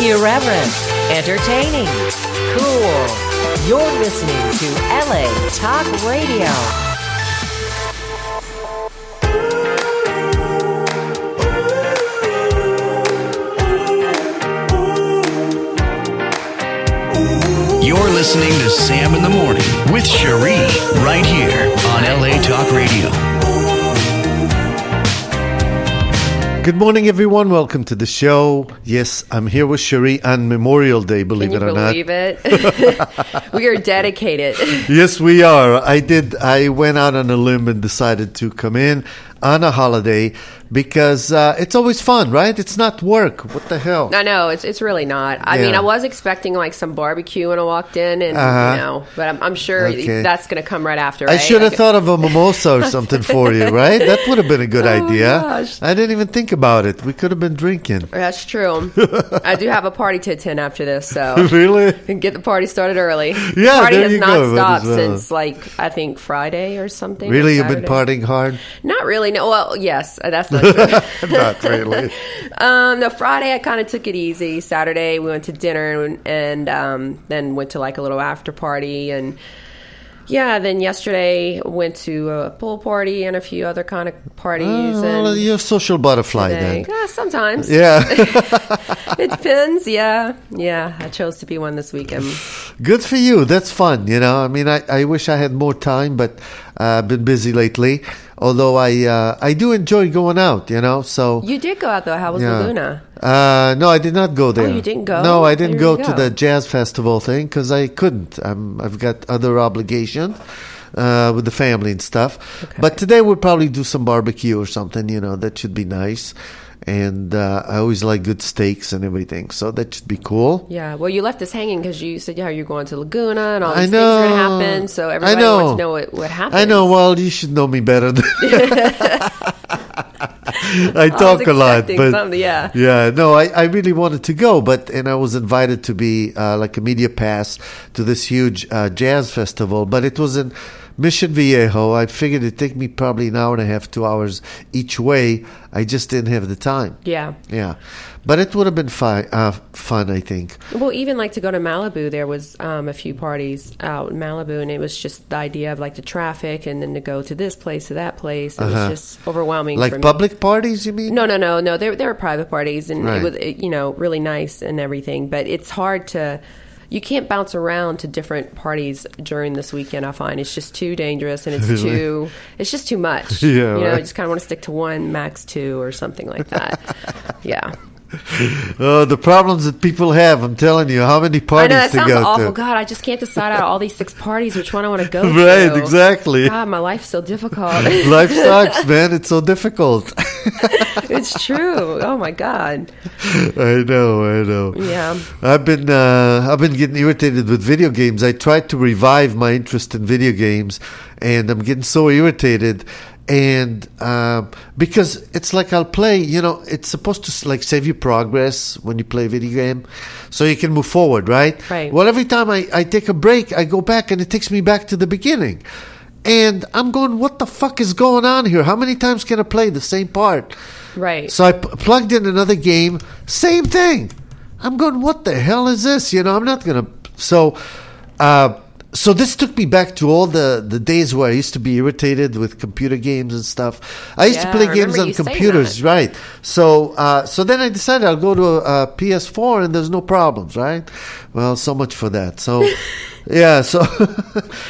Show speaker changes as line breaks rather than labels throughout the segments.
Irreverent, entertaining, cool. You're listening to LA Talk Radio.
You're listening to Sam in the Morning with Cherie right here on LA Talk Radio.
Good morning, everyone. Welcome to the show. Yes, I'm here with Cherie on Memorial Day, believe
Can
it or
you
not.
believe it? we are dedicated.
Yes, we are. I did. I went out on a limb and decided to come in on a holiday because uh, it's always fun, right? It's not work. What the hell?
I know it's it's really not. I mean,
Yeah.
I was expecting like some barbecue when I walked in, and
Uh-huh.
you know, but I'm, I'm sure
Okay.
that's going to come right after.
I
right?
should have
Like-
thought of a mimosa or something for you, right? That would have been a good
Oh my
idea.
gosh.
I didn't even think about it. We could have been drinking.
That's true. I do have a party to attend after this, so
really?
get the party started early.
Yeah,
party
there
has
you
not
go, might
stopped
as well.
since like I think Friday or something. or
Really? You've been
Saturday.
partying hard?
Not really. No. Well, yes, uh, that's not true.
not really.
Um, no, Friday I kind of took it easy. Saturday we went to dinner and, and um, then went to like a little after party and yeah. Then yesterday went to a pool party and a few other kind of parties
Oh, Well,
and
you're a social butterfly
they-
then.
yeah, sometimes
Yeah.
it depends. Yeah, yeah. I chose to be one this weekend.
Good for you. That's fun. You know, I mean, I, I wish I had more time, but uh, I've been busy lately. Although I uh, I do enjoy going out. You know, so
You did go out though. How was
yeah.
Laguna? Oh,
Uh, no, I did not go there.
you didn't go?
No, I
I
didn't
didn't
go
really
to
go.
the jazz festival thing because I couldn't. I'm, I've got other obligations uh, with the family and stuff. But today we'll probably do some barbecue or something. You know, that should be nice. And uh, I always like good steaks and everything, so that should be cool.
Yeah. Well, you left us hanging because you said yeah you're going to Laguna and all these things are gonna happen. So
I
everybody wants
know.
to know what, what happened.
I know. Well, you should know me better. Than I talk a lot,
expecting
but
something, yeah.
yeah. No, I, I really wanted to go, but and I was invited to be uh, like a media pass to this huge uh, jazz festival, but it was in Mission Viejo. I figured it'd take me probably an hour and a half, two hours each way. I just didn't have the time.
Yeah.
Yeah, but it would have been fun. Uh, fun, I think.
Well, even like to go to Malibu, there was um, a few parties out in Malibu, and it was just the idea of like the traffic, and then to go to this place to that place. It was just overwhelming. for
Uh-huh. Like
me.
public parties, you mean?
No, no, no, no. There, there were private parties, and
Right.
it was it, you know really nice and everything. But it's hard to. You can't bounce around to different parties during this weekend. I find it's just too dangerous, and it's
Really?
too it's just too much.
Yeah,
you know,
right.
I just kind of want to stick to one, max two, or something like that. yeah.
Oh, the problems that people have. I'm telling you, how many
I
parties
know that
to
sounds
go
awful.
to?
God, I just can't decide out of all these six parties which one I want to go to.
Right, exactly.
God, my life's so difficult.
Life sucks, man. It's so difficult.
it's true. Oh my God.
I know, I know.
Yeah.
I've been uh, I've been getting irritated with video games. I tried to revive my interest in video games, and I'm getting so irritated. And um, because it's like I'll play, you know, it's supposed to like save you progress when you play a video game, so you can move forward, right?
Right.
Well, every time I, I take a break, I go back, and it takes me back to the beginning. And I'm going, what the fuck is going on here? How many times can I play the same part?
Right.
So I p- plugged in another game, same thing. I'm going, what the hell is this? You know, I'm not gonna. So, uh, so this took me back to all the the days where I used to be irritated with computer games and stuff. I used
Yeah,
to play
I
games
remember
on
you saying
computers, right? So, uh, so then I decided I'll go to a, a PS4 and there's no problems, right? Well, so much for that. So, yeah. So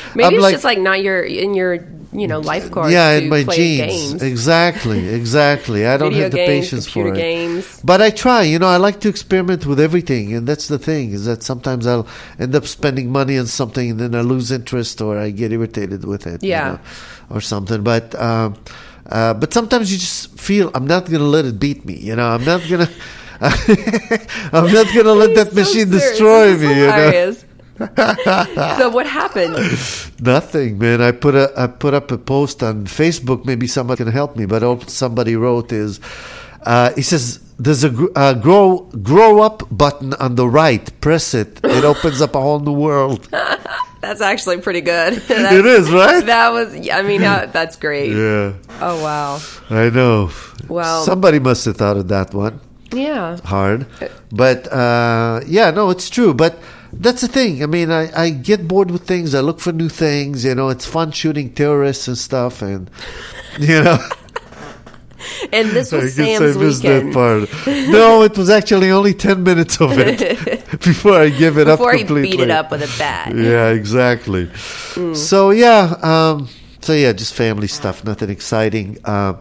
Maybe it's just like not your in your you know life card.
yeah,
to
in my
play
jeans.
Games.
Exactly, exactly. I don't
Video
have the
games,
patience for
computer
it.
games.
But I try. You know, I like to experiment with everything, and that's the thing is that sometimes I'll end up spending money on something, and then I lose interest or I get irritated with it. you
Yeah.
know, or something. But. Um, uh, but sometimes you just feel I'm not gonna let it beat me. You know, I'm not gonna, I'm not gonna let that
So
machine
serious.
destroy
This is
me. You know?
hilarious. so what happened?
Nothing, man. I put a I put up a post on Facebook. Maybe someone can help me. But all somebody wrote is, uh, he says there's a gr- uh, grow grow up button on the right. Press it. It opens up a whole new world.
That's actually pretty good. That's-
It is right.
That was. I mean, that, that's great.
Yeah,
Oh wow.
I know.
Well-
somebody must have thought of that one.
Yeah.
hard. But uh, yeah, no, it's true. But that's the thing. I mean, I, I get bored with things. I look for new things. You know, it's fun shooting terrorists and stuff. And, you know,
And this was
I guess
Sam's
I missed
weekend.
that part. No, it was actually only 10 minutes of it before I give it
Before
up
he
completely.
beat it up with Mm. a bat.
Yeah, exactly. So yeah, um, so yeah, just family stuff, nothing exciting. Uh,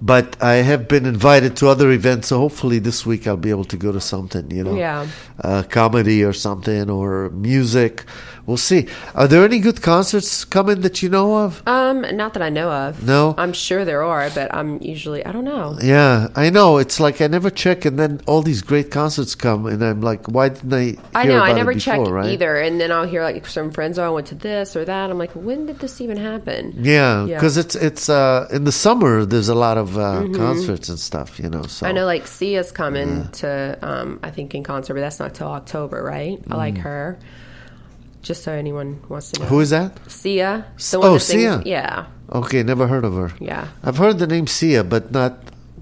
but I have been invited to other events, so hopefully this week I'll be able to go to something, you know,
Yeah.
uh, comedy or something or music. We'll see. Are there any good concerts coming that you know of?
Um, not that I know of.
No?
I'm sure there are, but I'm usually I don't know.
Yeah, I know. It's like I never check, and then all these great concerts come, and I'm like, why didn't I? Hear
I know
about
I
it
never check
before, right?
either, and then I'll hear like some friends, oh, I went to this or that. I'm like, when did this even happen?
Yeah,
Yeah. Mm-hmm.
because it's it's uh, in the summer. There's a lot of uh, concerts and stuff, you know. So
I know like Sia's coming to um, I think in concert, but that's not till October, right? I like her. Just so anyone wants to know,
Mm. who is that?
Sia? The
Oh,
that sings-
Sia.
Yeah,
Okay, never heard of her.
yeah,
I've heard the name Sia, but not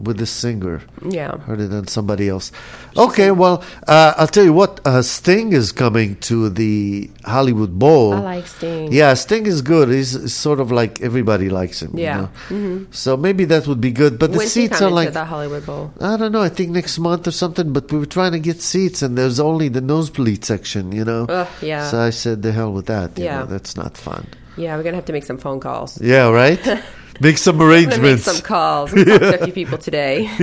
with the singer.
yeah.
Heard it on somebody else. Okay, well, uh, I'll tell you what. Uh, Sting is coming to the Hollywood Bowl.
I like Sting.
Yeah, Sting is good. He's he's sort of like everybody likes him.
Yeah. Mm-hmm.
You know? So maybe that would be good. But the
When's he
seats
coming
are
to
like
the Hollywood Bowl?
I don't know. I think next month or something. But we were trying to get seats, and there's only the nosebleed section, you know.
Ugh, yeah.
So I said, "The hell with that. You
Yeah.
know, that's not fun."
Yeah, we're gonna have to make some phone calls.
Yeah, right. Make some
I'm gonna make
arrangements.
some calls. I talked to a few people today.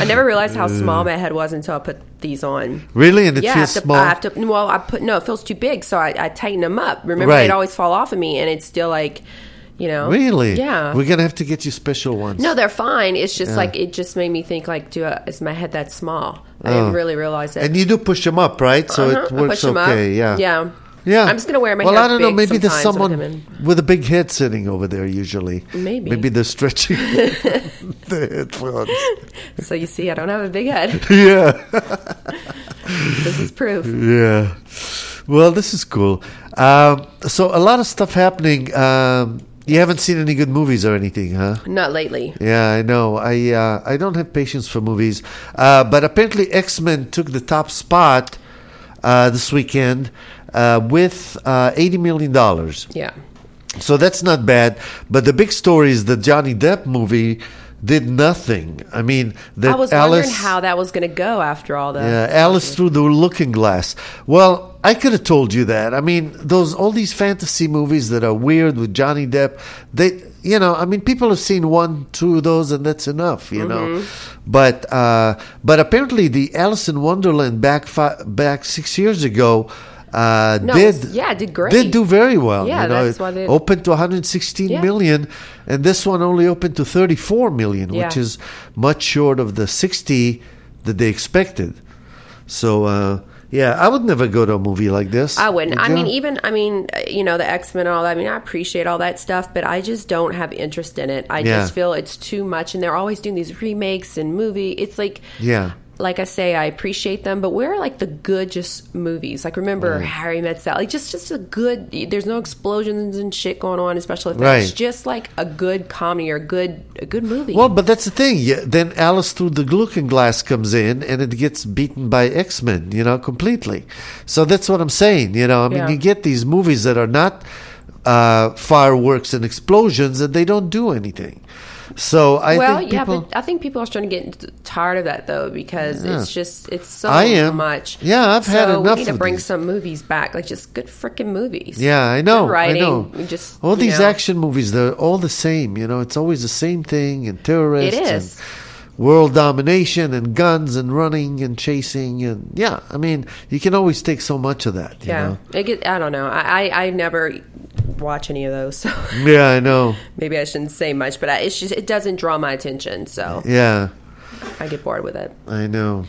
I never realized how small my head was until I put these on.
really, and it
Yeah, I have,
feels
to,
small.
I have to. Well, I put no, it feels too big, so I, I tighten them up. Remember,
Right.
they'd always fall off of me, and it's still like, you know,
Really?
yeah.
We're gonna have to get you special ones.
no, they're fine. It's just like it just made me think like, do I, is my head that small? I didn't really realize it.
Oh. And you do push them up, right? So
Uh-huh.
it
I
works
push 'em up.
okay. Yeah.
yeah,
Yeah.
I'm just gonna wear my.
Well,
hair
I don't know.
big
Maybe there's
sometimes when I
someone
come
with a big head sitting over there usually.
Maybe.
Maybe they're stretching the headphones.
in. So you see, I don't have a big head.
Yeah.
this is proof.
Yeah. Well, this is cool. Um, so a lot of stuff happening. Um, you haven't seen any good movies or anything, huh?
Not lately.
Yeah, I know. I uh, I don't have patience for movies, uh, but apparently X Men took the top spot uh, this weekend uh, with uh, eighty million dollars.
Yeah.
So that's not bad. But the big story is the Johnny Depp movie did nothing. I mean, that
I was
Alice,
wondering how that was going to go after all the.
yeah, Alice through the Looking Glass. Well, I could have told you that. I mean, those all these fantasy movies that are weird with Johnny Depp. They, you know, I mean, people have seen one, two of those, and that's enough. You know,
Mm-hmm.
but uh, but apparently the Alice in Wonderland back fi- back six years ago. Uh,
No,
did
it's- yeah, it did great.
Did do very well.
Yeah,
you know,
that's
it
why they-
opened to 116
Yeah.
million, and this one only opened to 34 million, which
Yeah.
is much short of the 60 that they expected. So uh, yeah, I would never go to a movie like this.
I wouldn't.
Would
I
you?
mean, even I mean, uh, you know, the X Men and all that. I mean, I appreciate all that stuff, but I just don't have interest in it. I
Yeah.
just feel it's too much, and they're always doing these remakes and movie. It's like,
yeah,
like I say, I appreciate them, but where are like the good just movies? Like remember Harry Met Sally? Like just just a good. There's no explosions and shit going on, especially if
Right.
it's just like a good comedy or a good a good movie.
well, but that's the thing. Yeah, then Alice through the Looking Glass comes in, and it gets beaten by X Men. You know, completely. So that's what I'm saying. You know, I mean,
Yeah.
you get these movies that are not uh, fireworks and explosions, and they don't do anything. So I
well,
think
yeah,
people.
but I think people are starting to get t- tired of that though because it's just it's so
I am.
much.
Yeah, I've
so
had
We
enough
need to
of
bring
these.
some movies back, like just good freaking movies.
Yeah, I know.
Good writing.
I know.
We just
all
you
these
know.
action movies, they're all the same. You know, it's always the same thing and terrorists
It is.
and world domination and guns and running and chasing and yeah. I mean, you can always take so much of that. You
Yeah,
know?
it get, I don't know. I, I I never watch any of those, so
Yeah, I know.
maybe I shouldn't say much. But I, it's just it doesn't draw my attention, so
Yeah,
I get bored with it.
I know.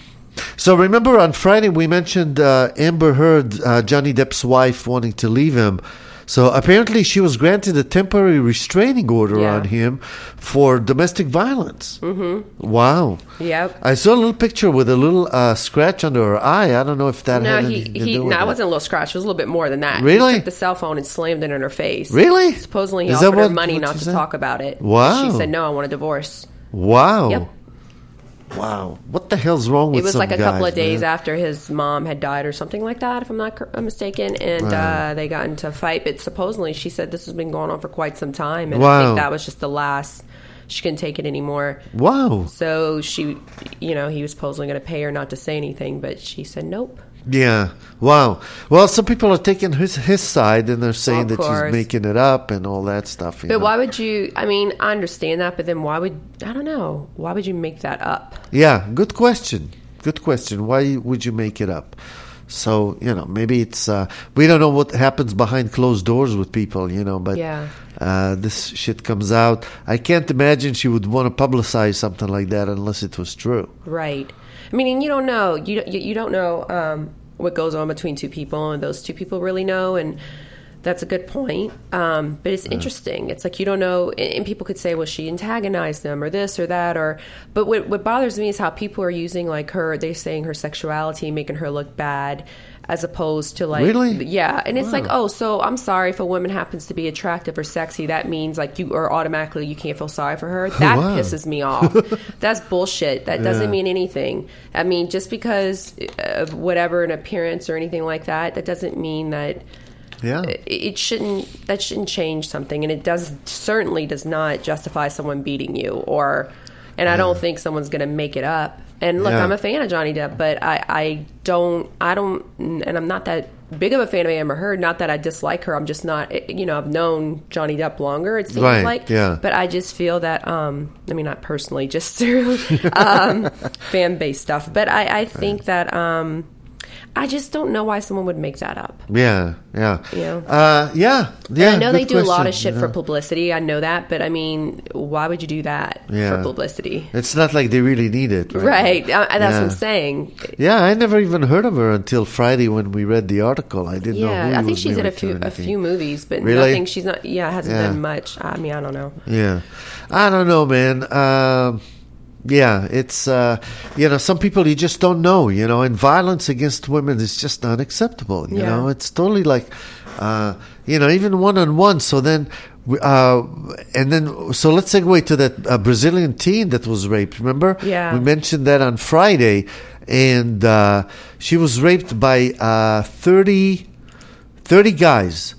So remember on Friday we mentioned uh, Amber Heard, uh, Johnny Depp's wife, wanting to leave him. So apparently she was granted a temporary restraining order
Yeah.
on him for domestic violence. Mm-hmm. Wow.
Yep.
I saw a little picture with a little uh, scratch under her eye. I don't know if that
No,
had
he
anything to
he.
do
No,
with
it
it.
wasn't a little scratch. It was a little bit more than that.
Really?
He took the cell phone and slammed it in her face.
Really?
Supposedly, he
Is that
offered her
what-
money
what
not
she
to
said?
talk about it.
Wow.
She said, "No, I want a divorce."
Wow.
Yep.
wow, what the hell's wrong with
It was
some
like a couple
guys,
of days
man?
after his mom had died or something like that, if I'm not cor- mistaken. And uh, they got into a fight, but supposedly she said this has been going on for quite some time, and I
Wow.
think that was just the last. She couldn't take it anymore.
Wow.
So she, you know, he was supposedly going to pay her not to say anything, but she said nope.
Yeah. Wow. Well, some people are taking his his side and they're saying
Of
that
course.
she's making it up and all that stuff. you
But
know.
why would you? I mean, I understand that, but then why would I don't know? Why would you make that up?
Yeah, good question. Good question. Why would you make it up? So you know, maybe it's uh, we don't know what happens behind closed doors with people, you know. But
Yeah.
uh, this shit comes out. I can't imagine she would want to publicize something like that unless it was true.
Right. Meaning you don't know. You you, you don't know um, what goes on between two people, and those two people really know. And that's a good point. Um, but it's interesting. It's like you don't know, and, and people could say, "Well, she antagonized them, or this, or that, or." But what what bothers me is how people are using like her. They're saying her sexuality, making her look bad. As opposed to like,
Really?
yeah, and it's like, oh, so I'm sorry if a woman happens to be attractive or sexy. That means like you are automatically you can't feel sorry for her. That
wow.
pisses me off. That's bullshit. That doesn't mean anything. I mean, just because of whatever an appearance or anything like that, that doesn't mean that
Yeah.
it- it shouldn't. That shouldn't change something, and it does certainly does not justify someone beating you. Or, and I don't think someone's going to make it up. And look,
Yeah.
I'm a fan of Johnny Depp, but I, I don't, I don't, and I'm not that big of a fan of Amber Heard. Not that I dislike her. I'm just not, eh, you know, I've known Johnny Depp longer. It seems
Right,
like,
yeah.
But I just feel that, um, I mean, not personally, just through um, fan base stuff. But I, I think that, um, I just don't know why someone would make that up.
Yeah. Yeah.
Yeah.
Uh, yeah. Yeah.
I know they
good
do a lot of
question,
shit
you
for
know.
publicity. I know that, but I mean, why would you do that
Yeah.
for publicity?
It's not like they really need it, right?
Right. I, I- that's what I'm
Yeah.
saying.
Yeah, I never even heard of her until Friday when we read the article. I didn't know.
Yeah,
who
I
he
think
was
she's in a
married to or
few a
anything.
few movies, but
Really?
nothing. She's not. Yeah, hasn't
Yeah.
done much. I mean, I don't know.
Yeah, I don't know, man. Um yeah, it's uh, you know some people you just don't know, you know, and violence against women is just unacceptable. You
Yeah.
know, it's totally like uh, you know even one on one. So then. we- Uh, and then, so let's segue to that uh, Brazilian teen that was raped. Remember,
Yeah.
we mentioned that on Friday, and uh, she was raped by uh, 30, 30 guys.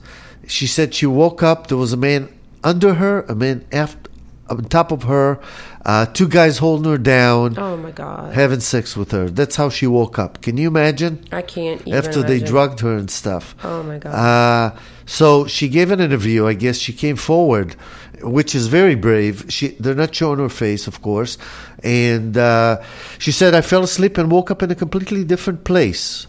She said she woke up, there was a man under her, a man aft, on top of her, uh, two guys holding her down,
Oh my god,
having sex with her. That's how she woke up. Can you imagine?
I can't. Even
After they
imagine.
drugged her and stuff.
Oh my god.
Uh, so she gave an interview. I guess she came forward, which is very brave. She they're not showing her face, of course, and uh, she said, "I fell asleep and woke up in a completely different place."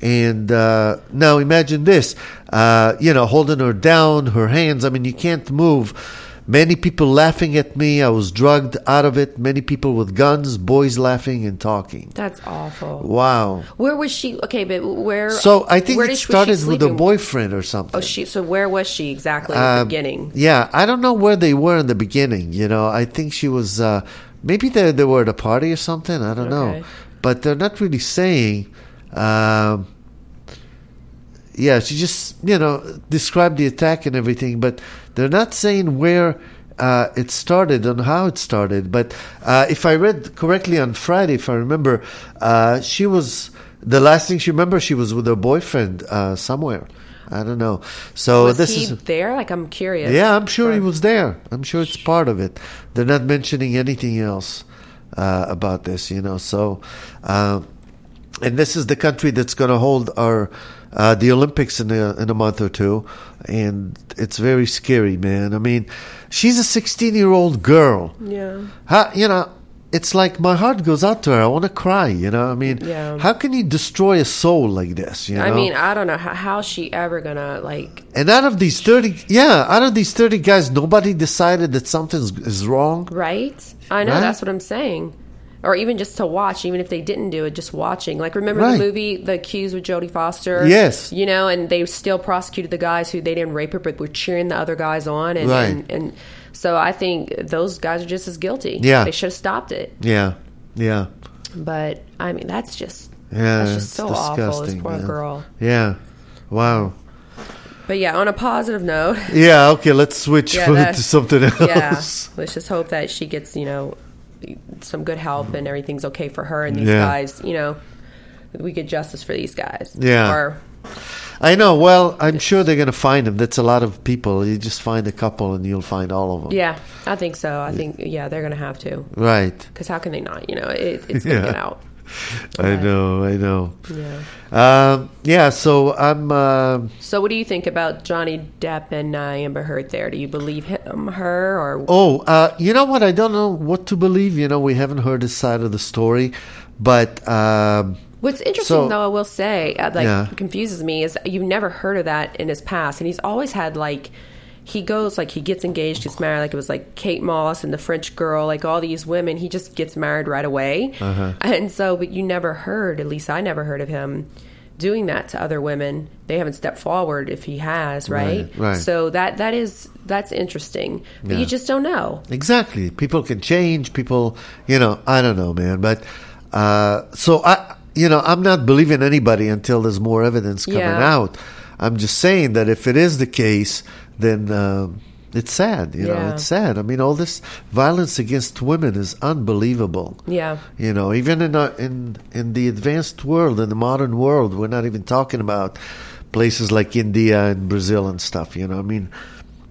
And uh, now imagine this, uh, you know, holding her down, her hands. I mean, you can't move. Many people laughing at me. I was drugged out of it. Many people with guns, boys laughing and talking.
that's awful.
Wow.
Where was she? Okay, but where?
So I think
where
it
did she- was she
started with a
sleeping?
boyfriend or something.
Oh, she. So where was she exactly in the
Um,
beginning?
Yeah, I don't know where they were in the beginning. You know, I think she was uh, maybe they they were at a party or something. I don't
Okay.
know, but they're not really saying. Um, yeah, she just you know described the attack and everything, but they're not saying where. Uh, it started and how it started, but uh, if I read correctly on Friday, if I remember, uh, she was the last thing she remembers. She was with her boyfriend uh, somewhere. I don't know. So
Was
this
he
is
there? Like I'm curious.
yeah, I'm sure he was there. I'm sure it's part of it. They're not mentioning anything else uh, about this, you know. So, uh, and this is the country that's going to hold our uh, the Olympics in a, in a month or two, and it's very scary, man. I mean, she's a 16 year old girl.
Yeah.
How, you know, it's like my heart goes out to her. I want to cry. You know, I mean,
Yeah.
how can you destroy a soul like this? You know,
I mean, I don't know how, how's she ever gonna like
and out of these 30, yeah, out of these 30 guys, nobody decided that something is wrong.
Right? I know,
Right?
that's what I'm saying. Or even just to watch, even if they didn't do it, just watching. Like, remember
Right.
the movie The Accused with Jodie Foster?
Yes.
You know, and they still prosecuted the guys who they didn't rape her, but were cheering the other guys on. And,
Right.
and, and so I think those guys are just as guilty.
Yeah.
They should have stopped it.
Yeah, yeah,
But, I mean, that's just,
yeah.
that's just
it's
so awful, this
disgusting,
poor
man.
girl.
Yeah, wow.
But yeah, on a positive note,
Yeah, okay, let's switch
Yeah,
for,
that-
to something
yeah,
else.
let's just hope that she gets, you know, some good help and everything's okay for her and these
Yeah.
guys, you know, we get justice for these guys.
Yeah.
Or
I know. Well, I'm sure they're going to find them. That's a lot of people. You just find a couple and you'll find all of them.
yeah, I think so. I think yeah, they're gonna have to
Right.
because how can they not? You know, it, it's gonna
Yeah.
get out.
I know. I know.
Yeah.
Um, yeah. So I'm. um
So, what do you think about Johnny Depp and uh, Amber Heard? There, do you believe him, her, or
oh, uh, you know what? I don't know what to believe. You know, we haven't heard his side of the story, but um,
What's interesting,
So-
though, I will say, uh, like
Yeah.
confuses me is you've never heard of that in his past, and he's always had like he goes like he gets engaged, gets married, like it was like Kate Moss and the French Girl, like all these women, he just gets married right away,
Uh-huh.
and so but you never heard, at least I never heard of him doing that to other women. They haven't stepped forward if he has, right?
Right, right.
So that that is that's interesting, but
Yeah.
you just don't know.
exactly, people can change. People, you know, I don't know, man. But uh, so I, you know, I'm not believing anybody until there's more evidence coming
Yeah.
out. I'm just saying that if it is the case, then. um it's sad, you know.
Yeah.
It's sad. I mean, all this violence against women is unbelievable.
Yeah.
You know, even in our, in in the advanced world, in the modern world, we're not even talking about places like India and Brazil and stuff. You know, I mean,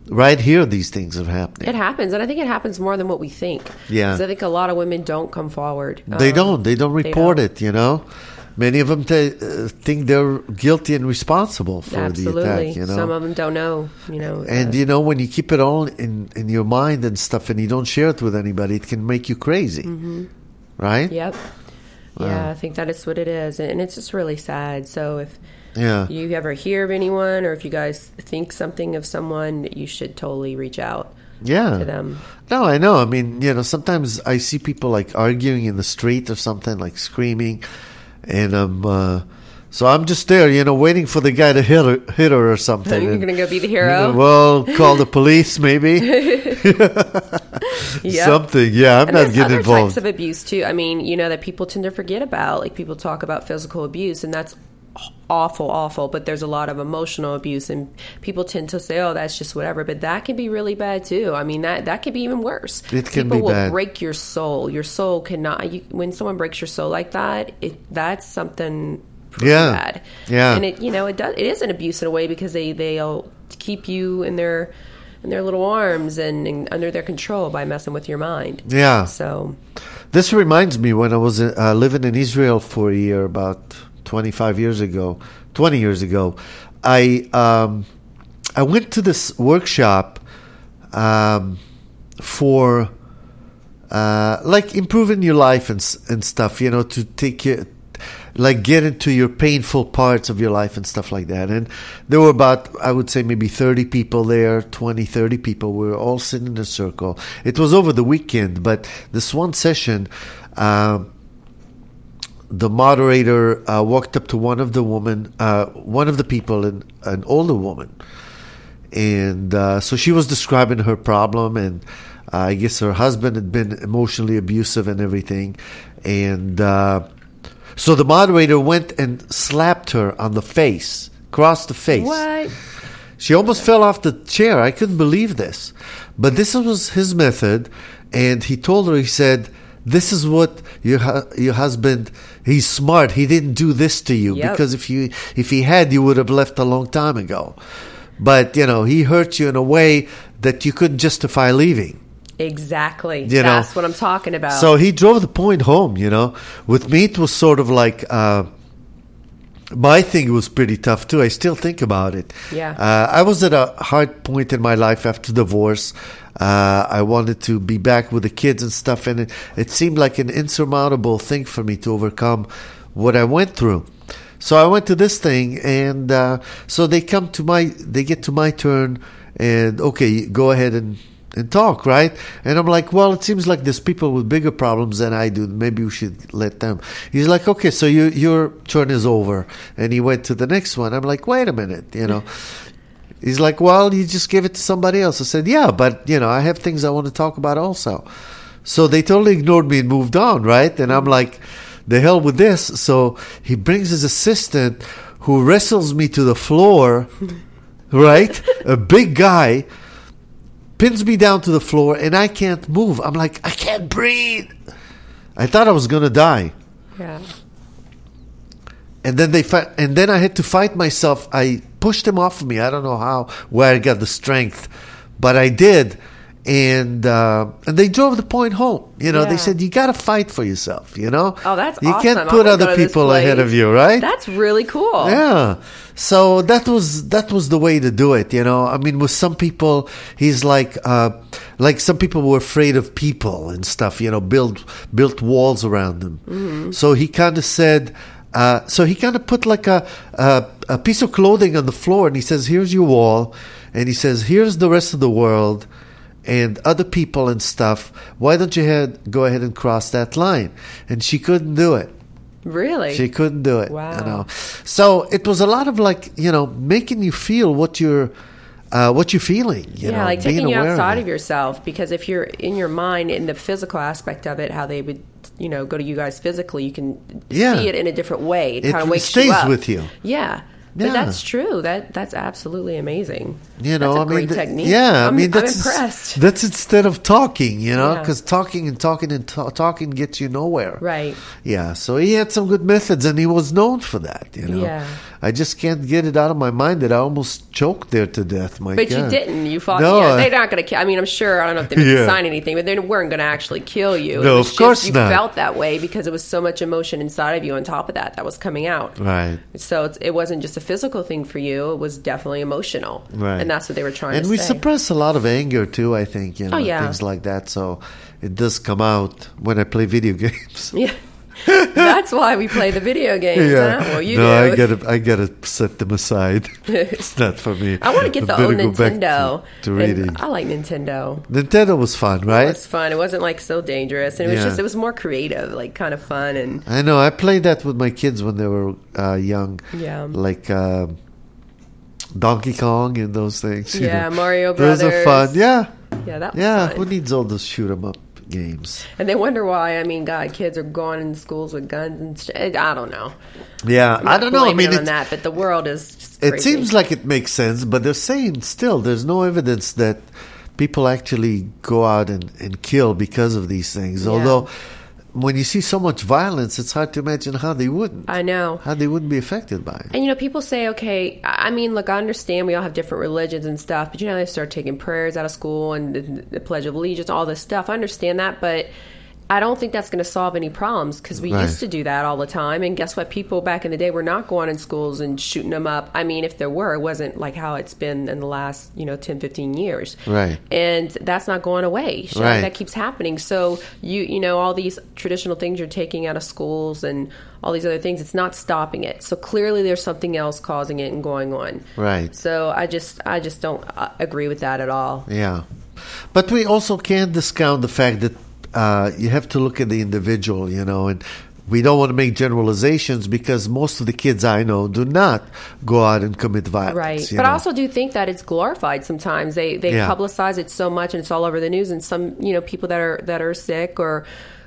right here, these things are happening.
It happens, and I think it happens more than what we think.
Yeah.
'Cause I think a lot of women don't come forward.
they
Um,
don't. They don't
they
report
don't.
it. You know, many of them t- uh, think they're guilty and responsible for
Absolutely.
the attack. You know,
Some of them don't know. You know.
and
uh,
you know when you keep it all in in your mind and stuff, and you don't share it with anybody, it can make you crazy,
Mm-hmm.
right?
yep. Yeah, I think that is what it is, and it's just really sad. So if
Yeah.
you ever hear of anyone, or if you guys think something of someone, you should totally reach out.
yeah.
to them.
No, I know. I mean, you know, sometimes I see people like arguing in the street or something, like screaming, and I'm uh, so I'm just there, you know, waiting for the guy to hit her, hit her or something.
You're
and-
gonna go be the hero?
Well, call the police, maybe
Yeah.
something. Yeah, I'm
And
not
there's
getting
other
involved.
types of abuse too. I mean, you know that people tend to forget about. Like people talk about physical abuse, and that's awful, awful. But there's a lot of emotional abuse, and people tend to say, "Oh, that's just whatever." But that can be really bad too. I mean, that that could be even worse.
It can
people
be
will
bad.
break your soul. Your soul cannot. You, when someone breaks your soul like that, it that's something. pretty
Yeah.
Bad.
Yeah.
And it you know it does it is an abuse in a way because they they'll keep you in their in their little arms and, and under their control by messing with your mind.
Yeah.
So
This reminds me when I was uh, living in Israel for a year, about 25 years ago, 20 years ago, I um, I went to this workshop um, for uh, like improving your life and s- and stuff, you know, to take it like get into your painful parts of your life and stuff like that. And there were about I would say maybe 30 people there, 20, 30 people. We were all sitting in a circle. It was over the weekend, but this one session um the moderator uh, walked up to one of the woman, uh, one of the people, an, an older woman, and uh, so she was describing her problem, and uh, I guess her husband had been emotionally abusive and everything, and uh, so the moderator went and slapped her on the face, across the face.
what?
She almost fell off the chair. I couldn't believe this. But this was his method. And he told her, he said, This is what your, hu- your husband, he's smart. He didn't do this to you.
Yep.
Because if, you, if he had, you would have left a long time ago. But, you know, he hurt you in a way that you couldn't justify leaving.
Exactly.
You know.
That's what I'm talking about.
So he drove the point home, you know. With me, it was sort of like uh, my thing was pretty tough too. I still think about it.
Yeah.
Uh, I was at a hard point in my life after divorce. Uh, I wanted to be back with the kids and stuff, and it, it seemed like an insurmountable thing for me to overcome what I went through. So I went to this thing, and uh, so they come to my, they get to my turn, and okay, go ahead and and talk, right? And I'm like, well, it seems like there's people with bigger problems than I do. Maybe we should let them. He's like, okay, so you, your turn is over. And he went to the next one. I'm like, wait a minute, you know. He's like, well, you just give it to somebody else. I said, yeah, but, you know, I have things I want to talk about also. So they totally ignored me and moved on, right? And I'm like, the hell with this. So he brings his assistant who wrestles me to the floor, right? a big guy pins me down to the floor, and I can't move. I'm like, I can't breathe. I thought I was gonna die,
Yeah.
and then they fi- and then I had to fight myself. I pushed him off of me. I don't know how where I got the strength, but I did. And uh, and they drove the point home. You know, they
Yeah.
said you got to fight for yourself. You know,
Oh, that's
you
awesome.
can't
I
put
wanna
other
go to this
people ahead
place.
of you, right?
That's really cool.
Yeah. So that was that was the way to do it, you know. I mean, with some people, he's like, uh, like some people were afraid of people and stuff, you know, built built walls around them. So he kind of said, uh, so he kind of put like a, a a piece of clothing on the floor, and he says, "Here's your wall," and he says, "Here's the rest of the world." and other people and stuff. Why don't you head, go ahead and cross that line? And she couldn't do it.
Really?
She couldn't do it.
Wow.
You know, so it was a lot of like you know making you feel what you're, uh, what you're feeling. You
yeah,
know,
like
being
taking you
aware
outside
it.
of, yourself because if you're in your mind in the physical aspect of it, how they would you know go to you guys physically, you can
Yeah.
see it in a different way. It,
It
kind of wakes
stays
you up.
with you.
Yeah.
Yeah.
But that's true. That that's absolutely amazing.
You know,
that's a
I mean,
great
th-
technique.
yeah,
I'm,
mean, that's
I'm impressed.
that's instead of talking, you know,
Yeah.
because talking and talking and ta talking gets you nowhere.
Right.
Yeah. So he had some good methods, and he was known for that. You know.
Yeah.
I just can't get it out of my mind that I almost choked there to death. My
But you
God.
didn't. You fought.
No,
yeah,
I-
they're not going to kill. I mean, I'm sure. I don't know if they would
Yeah.
sign anything, but they weren't going to actually kill
No,
you. It
of
was just
course
you
not.
felt that way because it was so much emotion inside of you. On top of that, that was coming out.
Right.
So it's, it wasn't just a physical thing for you. It was definitely emotional.
Right.
And that's what they were trying
and
to
we
say. Oh,
suppress a lot of anger too i think you know
yeah.
things like that so it does come out when i play video games
yeah. that's why we play the video games. huh? Well, you
no
do.
i gotta i gotta set them aside it's not for me
I want to get the
I'm
old
gonna go back
Nintendo.
to, to
And
reading
I like Nintendo.
nintendo was fun
It
right
was fun. It wasn't like so dangerous, and it was
Yeah.
just it was more creative, like kind of fun and
i know i played that with my kids when they were uh, young
Yeah.
like uh, donkey kong and those things you
Yeah,
know.
Mario
those are fun
Brothers.
yeah
yeah, that was
yeah
fun.
who needs all those shoot 'em up games
And they wonder why. I mean, God, kids are going in schools with guns and shit. I don't know.
yeah i
I'm
don't
not
know i
blaming
mean
it on
it's-
that, but the world is. Just
It
crazy.
seems like it makes sense, but they're saying still there's no evidence that people actually go out and, and kill because of these things.
Yeah.
Although, when you see so much violence, it's hard to imagine how they wouldn't.
I know.
How they wouldn't be affected by it.
And you know, people say, okay, I I mean, look, I understand we all have different religions and stuff, but you know, they start taking prayers out of school and the, the Pledge of Allegiance, all this stuff. I understand that, but I don't think that's going to solve any problems because we
Right.
used to do that all the time. And guess what? People back in the day were not going in schools and shooting them up. I mean, if there were, it wasn't like how it's been in the last, you know, 10, 15 years.
Right.
And that's not going away. Shit
Right.
That keeps happening. So you you know all these traditional things you're taking out of schools and all these other things. It's not stopping it. So clearly there's something else causing it and going on.
Right.
So I just I just don't uh, agree with that at all.
Yeah. But we also can't discount the fact that uh, you have to look at the individual, you know, and we don't want to make generalizations because most of the kids I know do not go out and commit violence.
Right.
you
But I
know.
also do think that it's glorified sometimes. They they
Yeah.
publicize it so much and it's all over the news and some, you know, people that are that are sick or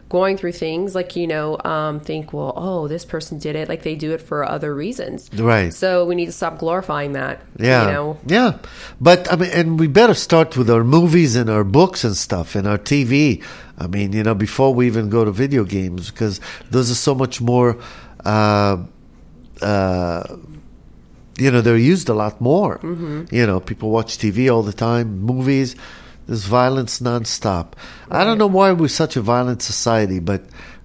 going through things like, you know, um, think, well, oh, this person did it. Like they do it for other reasons.
Right.
So we need to stop glorifying that.
Yeah.
You know.
Yeah. But I mean, and we better start with our movies and our books and stuff and our TV. I mean, you know, before we even go to video games, because those are so much more, uh, uh, you know, they're used a lot more. You know, people watch TV all the time, movies. There's violence nonstop. I don't know why we're such a violent society, but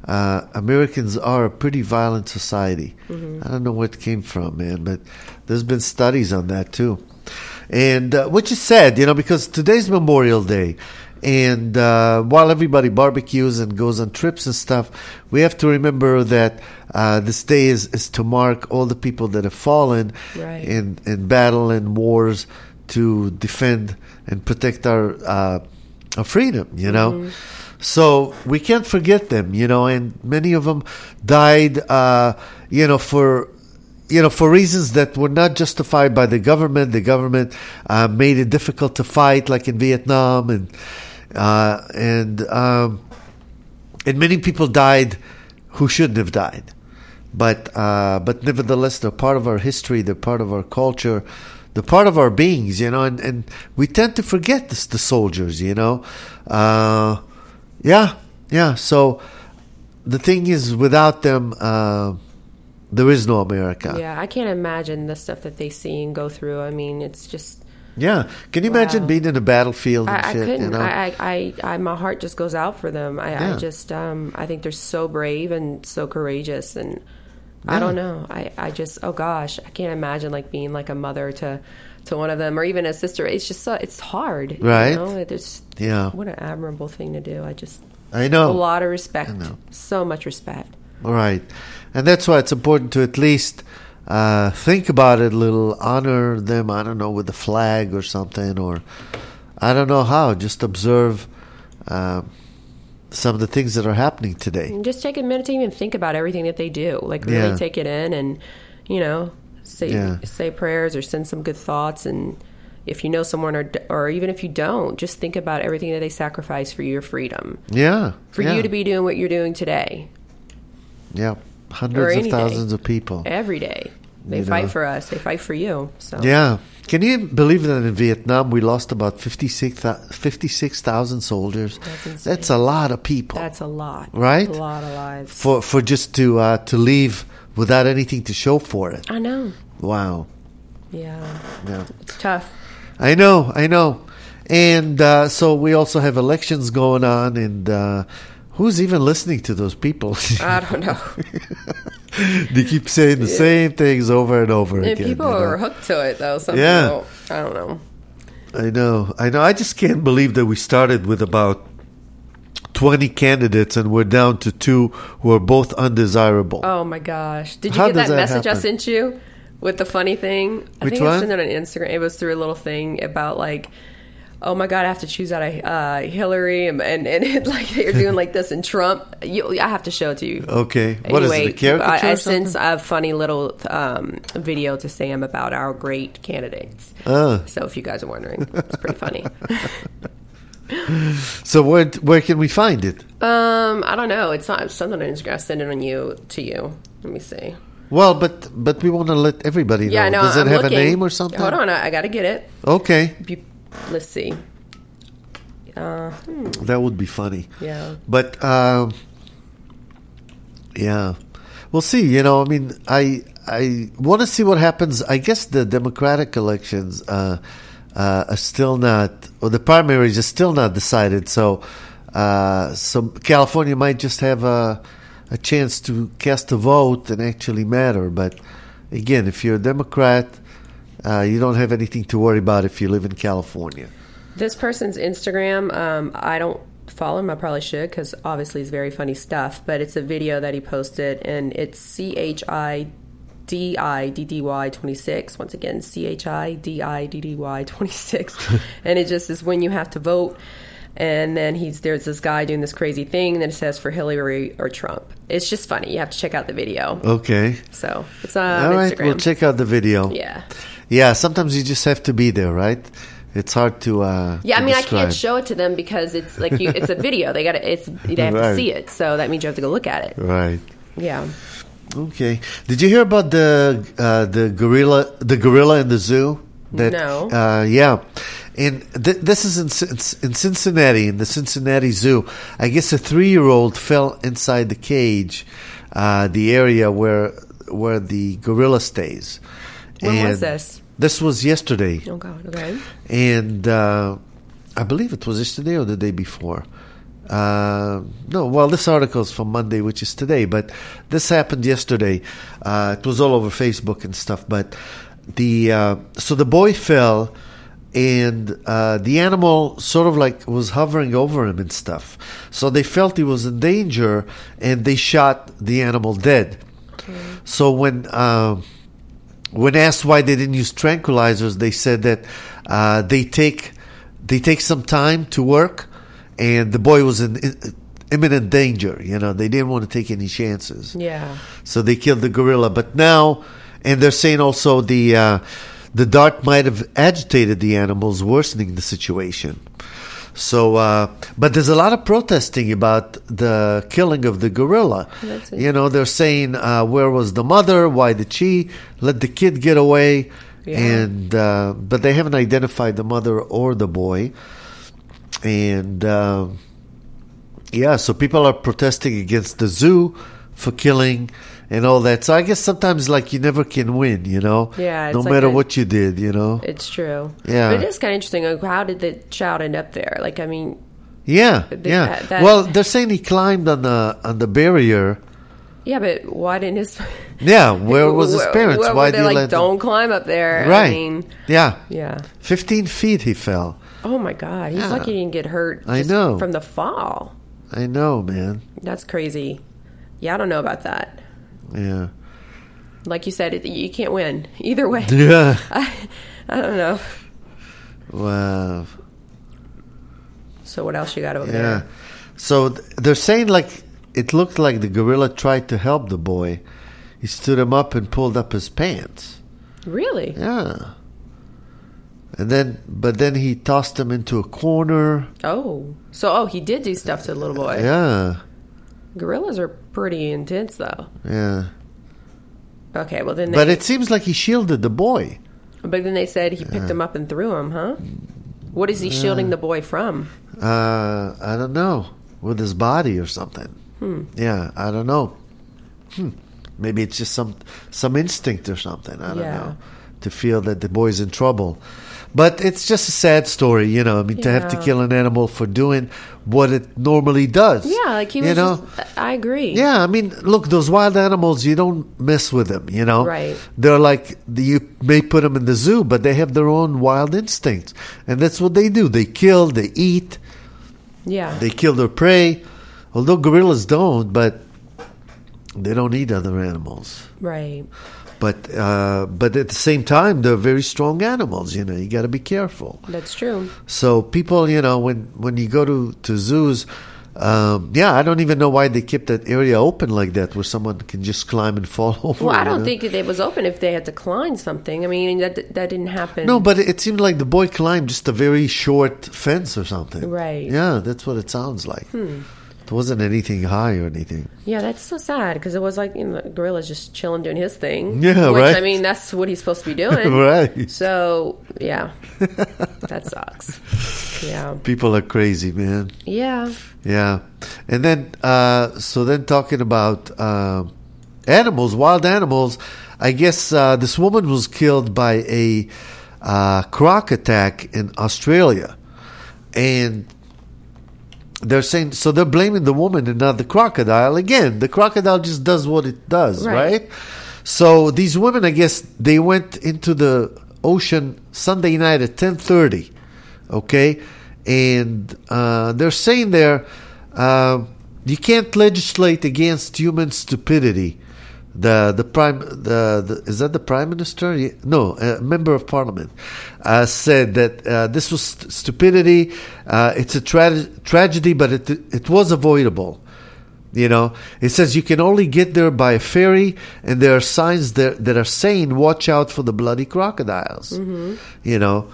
uh, Americans are a pretty violent society. I don't know where it came from, man, but there's been studies on that too. And uh, which is sad, you know, because today's Memorial Day. And uh, while everybody barbecues and goes on trips and stuff, we have to remember that uh, this day is, is to mark all the people that have fallen
Right.
in, in battle and wars to defend and protect our, uh, our freedom, you know? So we can't forget them, you know, and many of them died, uh, you know, for. You know, for reasons that were not justified by the government, the government uh, made it difficult to fight, like in Vietnam, and uh, and um, and many people died who shouldn't have died. But uh, but nevertheless, they're part of our history. They're part of our culture. the part of our beings, you know, and, and we tend to forget this, the soldiers, you know. Uh, yeah, yeah. So the thing is, without them, uh, there is no America.
Yeah, I can't imagine the stuff that they see and go through. I mean, it's just
Yeah. Can you imagine
Wow.
being in a battlefield and
I, I
shit?
couldn't.
you know?
I, I, I, I, my heart just goes out for them. I,
Yeah.
I just, um, I think they're so brave and so courageous, and
Yeah.
I don't know. I, I just, oh gosh, I can't imagine like being like a mother to, to one of them, or even a sister. It's just, so, it's hard,
Right.
You know? It's,
Yeah. Oh.
What an admirable thing to do. I just,
I know.
a lot of respect.
know.
So much respect.
Right. And that's why it's important to at least uh, think about it a little, honor them, I don't know, with a flag or something, or I don't know how, just observe uh, some of the things that are happening today.
And just take a minute to even think about everything that they do. Like really
Yeah.
take it in and, you know, say
Yeah.
say prayers or send some good thoughts. And if you know someone or or even if you don't, just think about everything that they sacrifice for your freedom,
Yeah.
for
yeah,
you to be doing what you're doing today,
Yeah. Hundreds of
any day.
thousands of people.
every day. They
You
fight
know.
for us. They fight for you. So
Yeah. Can you believe that in Vietnam we lost about 56,000 56,000 soldiers? That's,
insane.
a lot of people.
that's a lot,
Right?
A lot of lives.
for, for just to, uh, to leave without anything to show for it.
I know.
Wow.
Yeah,
Yeah.
it's tough.
I know, I know. And uh, so we also have elections going on, and uh, who's even listening to those people?
I don't know.
they keep saying the same things over and over
And
again.
people
you know?
are hooked to it though. Some
Yeah.
people, I don't know.
I know, I know. I just can't believe that we started with about 20 candidates and we're down to two who are both undesirable.
Oh my gosh! Did you
How
get
does
that,
that
message I
happen?
sent you with the funny thing? I
Which
think
one?
I sent it on Instagram. It was through a little thing about like, oh my god, I have to choose out of uh, Hillary and and, and it, like they're doing like this and Trump. You, I have to show it to you.
Okay. What is it, a caricature
I,
or
I sent a funny little um, video to Sam about our great candidates.
Oh.
So if you guys are wondering, it's pretty funny.
So where where can we find it?
um, I don't know. It's not it's something on Instagram. I send it on you to you. Let me see.
Well, but but we want to let everybody
Yeah,
know.
no,
Does it
I'm
have
looking.
a name or something?
Hold on, I, I got to get it.
Okay.
Be- let's see. Uh, hmm,
That would be funny.
yeah.
But um, yeah, we'll see. You know, I mean, I I want to see what happens. I guess the Democratic elections uh, uh, are still not, or the primaries are still not decided. So, uh, so California might just have a a chance to cast a vote and actually matter. But again, if you're a Democrat. Uh, you don't have anything to worry about if you live in California.
This person's Instagram, um, I don't follow him. I probably should because obviously it's very funny stuff. But it's a video that he posted, and it's C H I D I D D Y 26. Once again, C H I D I D D Y 26. and it just is when you have to vote. And then he's there's this guy doing this crazy thing that it says for Hillary or Trump. It's just funny. You have to check out the video.
Okay.
So it's on
All right,
Instagram.
we'll check out the video.
Yeah.
Yeah, sometimes you just have to be there, right? It's hard to. Uh,
Yeah, I
to
mean, I
describe.
can't show it to them because it's like you, it's a video. They got to it's they have
Right.
to see it, so that means you have to go look at it.
Right.
Yeah,
Okay. Did you hear about the uh, the gorilla the gorilla in the zoo? That,
No.
Uh, yeah, and th- this is in, Cin- in Cincinnati in the Cincinnati Zoo. I guess a three year old fell inside the cage, uh, the area where where the gorilla stays.
When was
And
this?
This was yesterday.
Oh God. Okay.
and uh, I believe it was yesterday or the day before. Uh, no, well, this article is from Monday, which is today, but this happened yesterday. Uh, it was all over Facebook and stuff. But the uh, so the boy fell, and uh, the animal sort of like was hovering over him and stuff. So they felt he was in danger, and they shot the animal dead. So when um, when asked why they didn't use tranquilizers, they said that uh, they take they take some time to work, and the boy was in i- imminent danger. You know, they didn't want to take any chances.
Yeah.
So they killed the gorilla. But now, and they're saying also the uh, the dart might have agitated the animals, worsening the situation. So, uh, but there's a lot of protesting about the killing of the gorilla.
That's it.
You know, they're saying, uh, where was the mother? Why did she let the kid get away?
Yeah.
and uh, but they haven't identified the mother or the boy, and uh, yeah, so people are protesting against the zoo for killing and all that. So I guess sometimes like you never can win, you know.
Yeah, it's
no
like
matter
a-
what you did, you know.
It's true.
Yeah.
But it is kind of interesting. Like, how did the child end up there? Like, I mean,
yeah,
the-
yeah.
that- that-
well, they're saying he climbed on the on the barrier.
yeah, but why didn't his
Yeah, where was his
Wh-
parents?
where
Why
were
did
they
he
like?
let them-
Don't climb up there.
Right.
I mean,
yeah.
yeah.
Fifteen feet he fell.
Oh my God, he's
Yeah.
lucky he didn't get hurt.
I
just
know.
from the fall.
I know, man.
That's crazy. Yeah, I don't know about that.
Yeah.
Like you said, it, you can't win either way.
Yeah.
I, I don't know.
Wow.
So what else you got over
Yeah.
there?
So th- they're saying like it looked like the gorilla tried to help the boy. He stood him up and pulled up his pants.
Really?
Yeah. And then, but then he tossed him into a corner.
Oh, so oh, he did do stuff to the little boy.
Yeah.
Gorillas are pretty intense, though.
Yeah.
Okay, well then, they,
But it seems like he shielded the boy.
But then they said he picked him up and threw him, huh? What is he shielding the boy from?
Uh, I don't know. With his body or something.
Hmm.
Yeah, I don't know. Hmm. Maybe it's just some some instinct or something. I don't
Yeah.
know. To feel that the boy's in trouble. But it's just a sad story, you know. I mean, to have to
Yeah.
kill an animal for doing what it normally does.
Yeah, like he was.
You know,
just, I agree.
yeah, I mean, look, those wild animals, you don't mess with them, you know?
Right.
They're like, you may put them in the zoo, but they have their own wild instincts. And that's what they do. They kill, they eat,
yeah,
they kill their prey. Although gorillas don't, but they don't eat other animals.
right.
But uh, but at the same time, they're very strong animals, you know? You got to be careful.
That's true.
So people, you know, when when you go to to zoos, um, yeah, I don't even know why they keep that area open like that, where someone can just climb and fall over.
Well, I
you
don't
know?
think that it was open if they had declined something. I mean, that that didn't happen.
No, but it seemed like the boy climbed just a very short fence or something.
Right. Hmm.
Yeah, that's what it sounds like. It wasn't anything high or anything.
yeah, that's so sad because it was like you know, the gorilla's just chilling doing his thing.
Yeah,
which,
right.
I mean, that's what he's supposed to be doing.
Right.
So yeah, that sucks. Yeah,
People are crazy, man.
yeah.
Yeah, and then uh, so then talking about uh, animals, wild animals. I guess uh, this woman was killed by a uh, croc attack in Australia, and they're saying so they're blaming the woman and not the crocodile again. The crocodile just does what it does,
Right.
right? So these women, I guess, they went into the ocean Sunday night at ten thirty, okay, and uh, they're saying there uh, you can't legislate against human stupidity. The the prime the, the is that the prime minister? Ye- No, a member of parliament uh, said that uh, this was st- stupidity. Uh, it's a tra- tragedy, but it it was avoidable. You know, it says you can only get there by a ferry, and there are signs that that are saying, "Watch out for the bloody crocodiles."
Mm-hmm.
You know,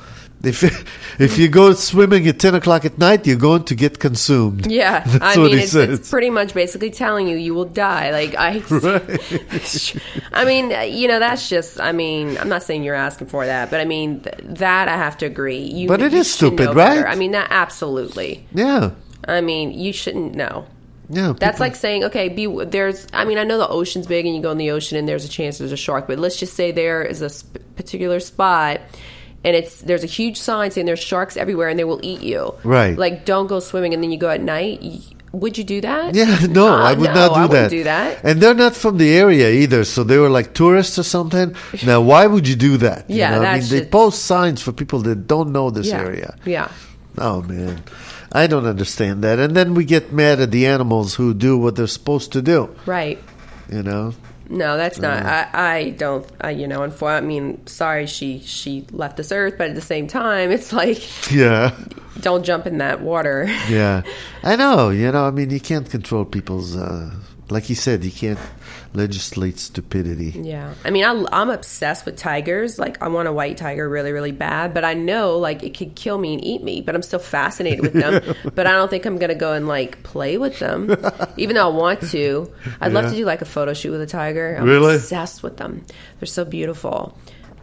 if if you go swimming at ten o'clock at night, you're going to get consumed.
Yeah,
That's
I
what
mean,
he
it's,
says.
it's pretty much basically telling you you will die. Like I, I mean, uh, you know, that's just. I mean, I'm not saying you're asking for that, but I mean th- that I have to agree. You,
But it
you
is
should know
stupid,
better.
right?
I mean, that absolutely.
yeah,
I mean, you shouldn't know.
yeah.
That's
people-
like saying, okay, be there's. I mean, I know the ocean's big, and you go in the ocean, and there's a chance there's a shark. But let's just say there is a sp- particular spot, and it's there's a huge sign saying there's sharks everywhere, and they will eat you.
Right.
Like, don't go swimming, and then you go at night. Y- Would you do that?
Yeah, no, I
Uh,
would
no,
not do
I
that.
wouldn't do that.
And they're not from the area either, so they were like tourists or something. Now, why would you do that? You
Yeah,
know, I
that
mean, they
should-
post signs for people that don't know this
yeah.
area.
Yeah.
Oh man, I don't understand that. And then we get mad at the animals who do what they're supposed to do.
Right.
You know?
No, that's
Mm.
not. I, I don't. I, you know, unfor- I mean, sorry, she she left this earth, but at the same time, it's like
Yeah,
don't jump in that water.
yeah. I know. You know. I mean, you can't control people's. Uh, like you said, you can't legislate stupidity.
Yeah. I mean, I, I'm obsessed with tigers. Like, I want a white tiger really, really bad, but I know, like, it could kill me and eat me, but I'm still fascinated with them. but I don't think I'm going to go and, like, play with them, even though I want to. I'd love to do, like, a photo shoot with a tiger. I'm
Really?
obsessed with them. They're so beautiful.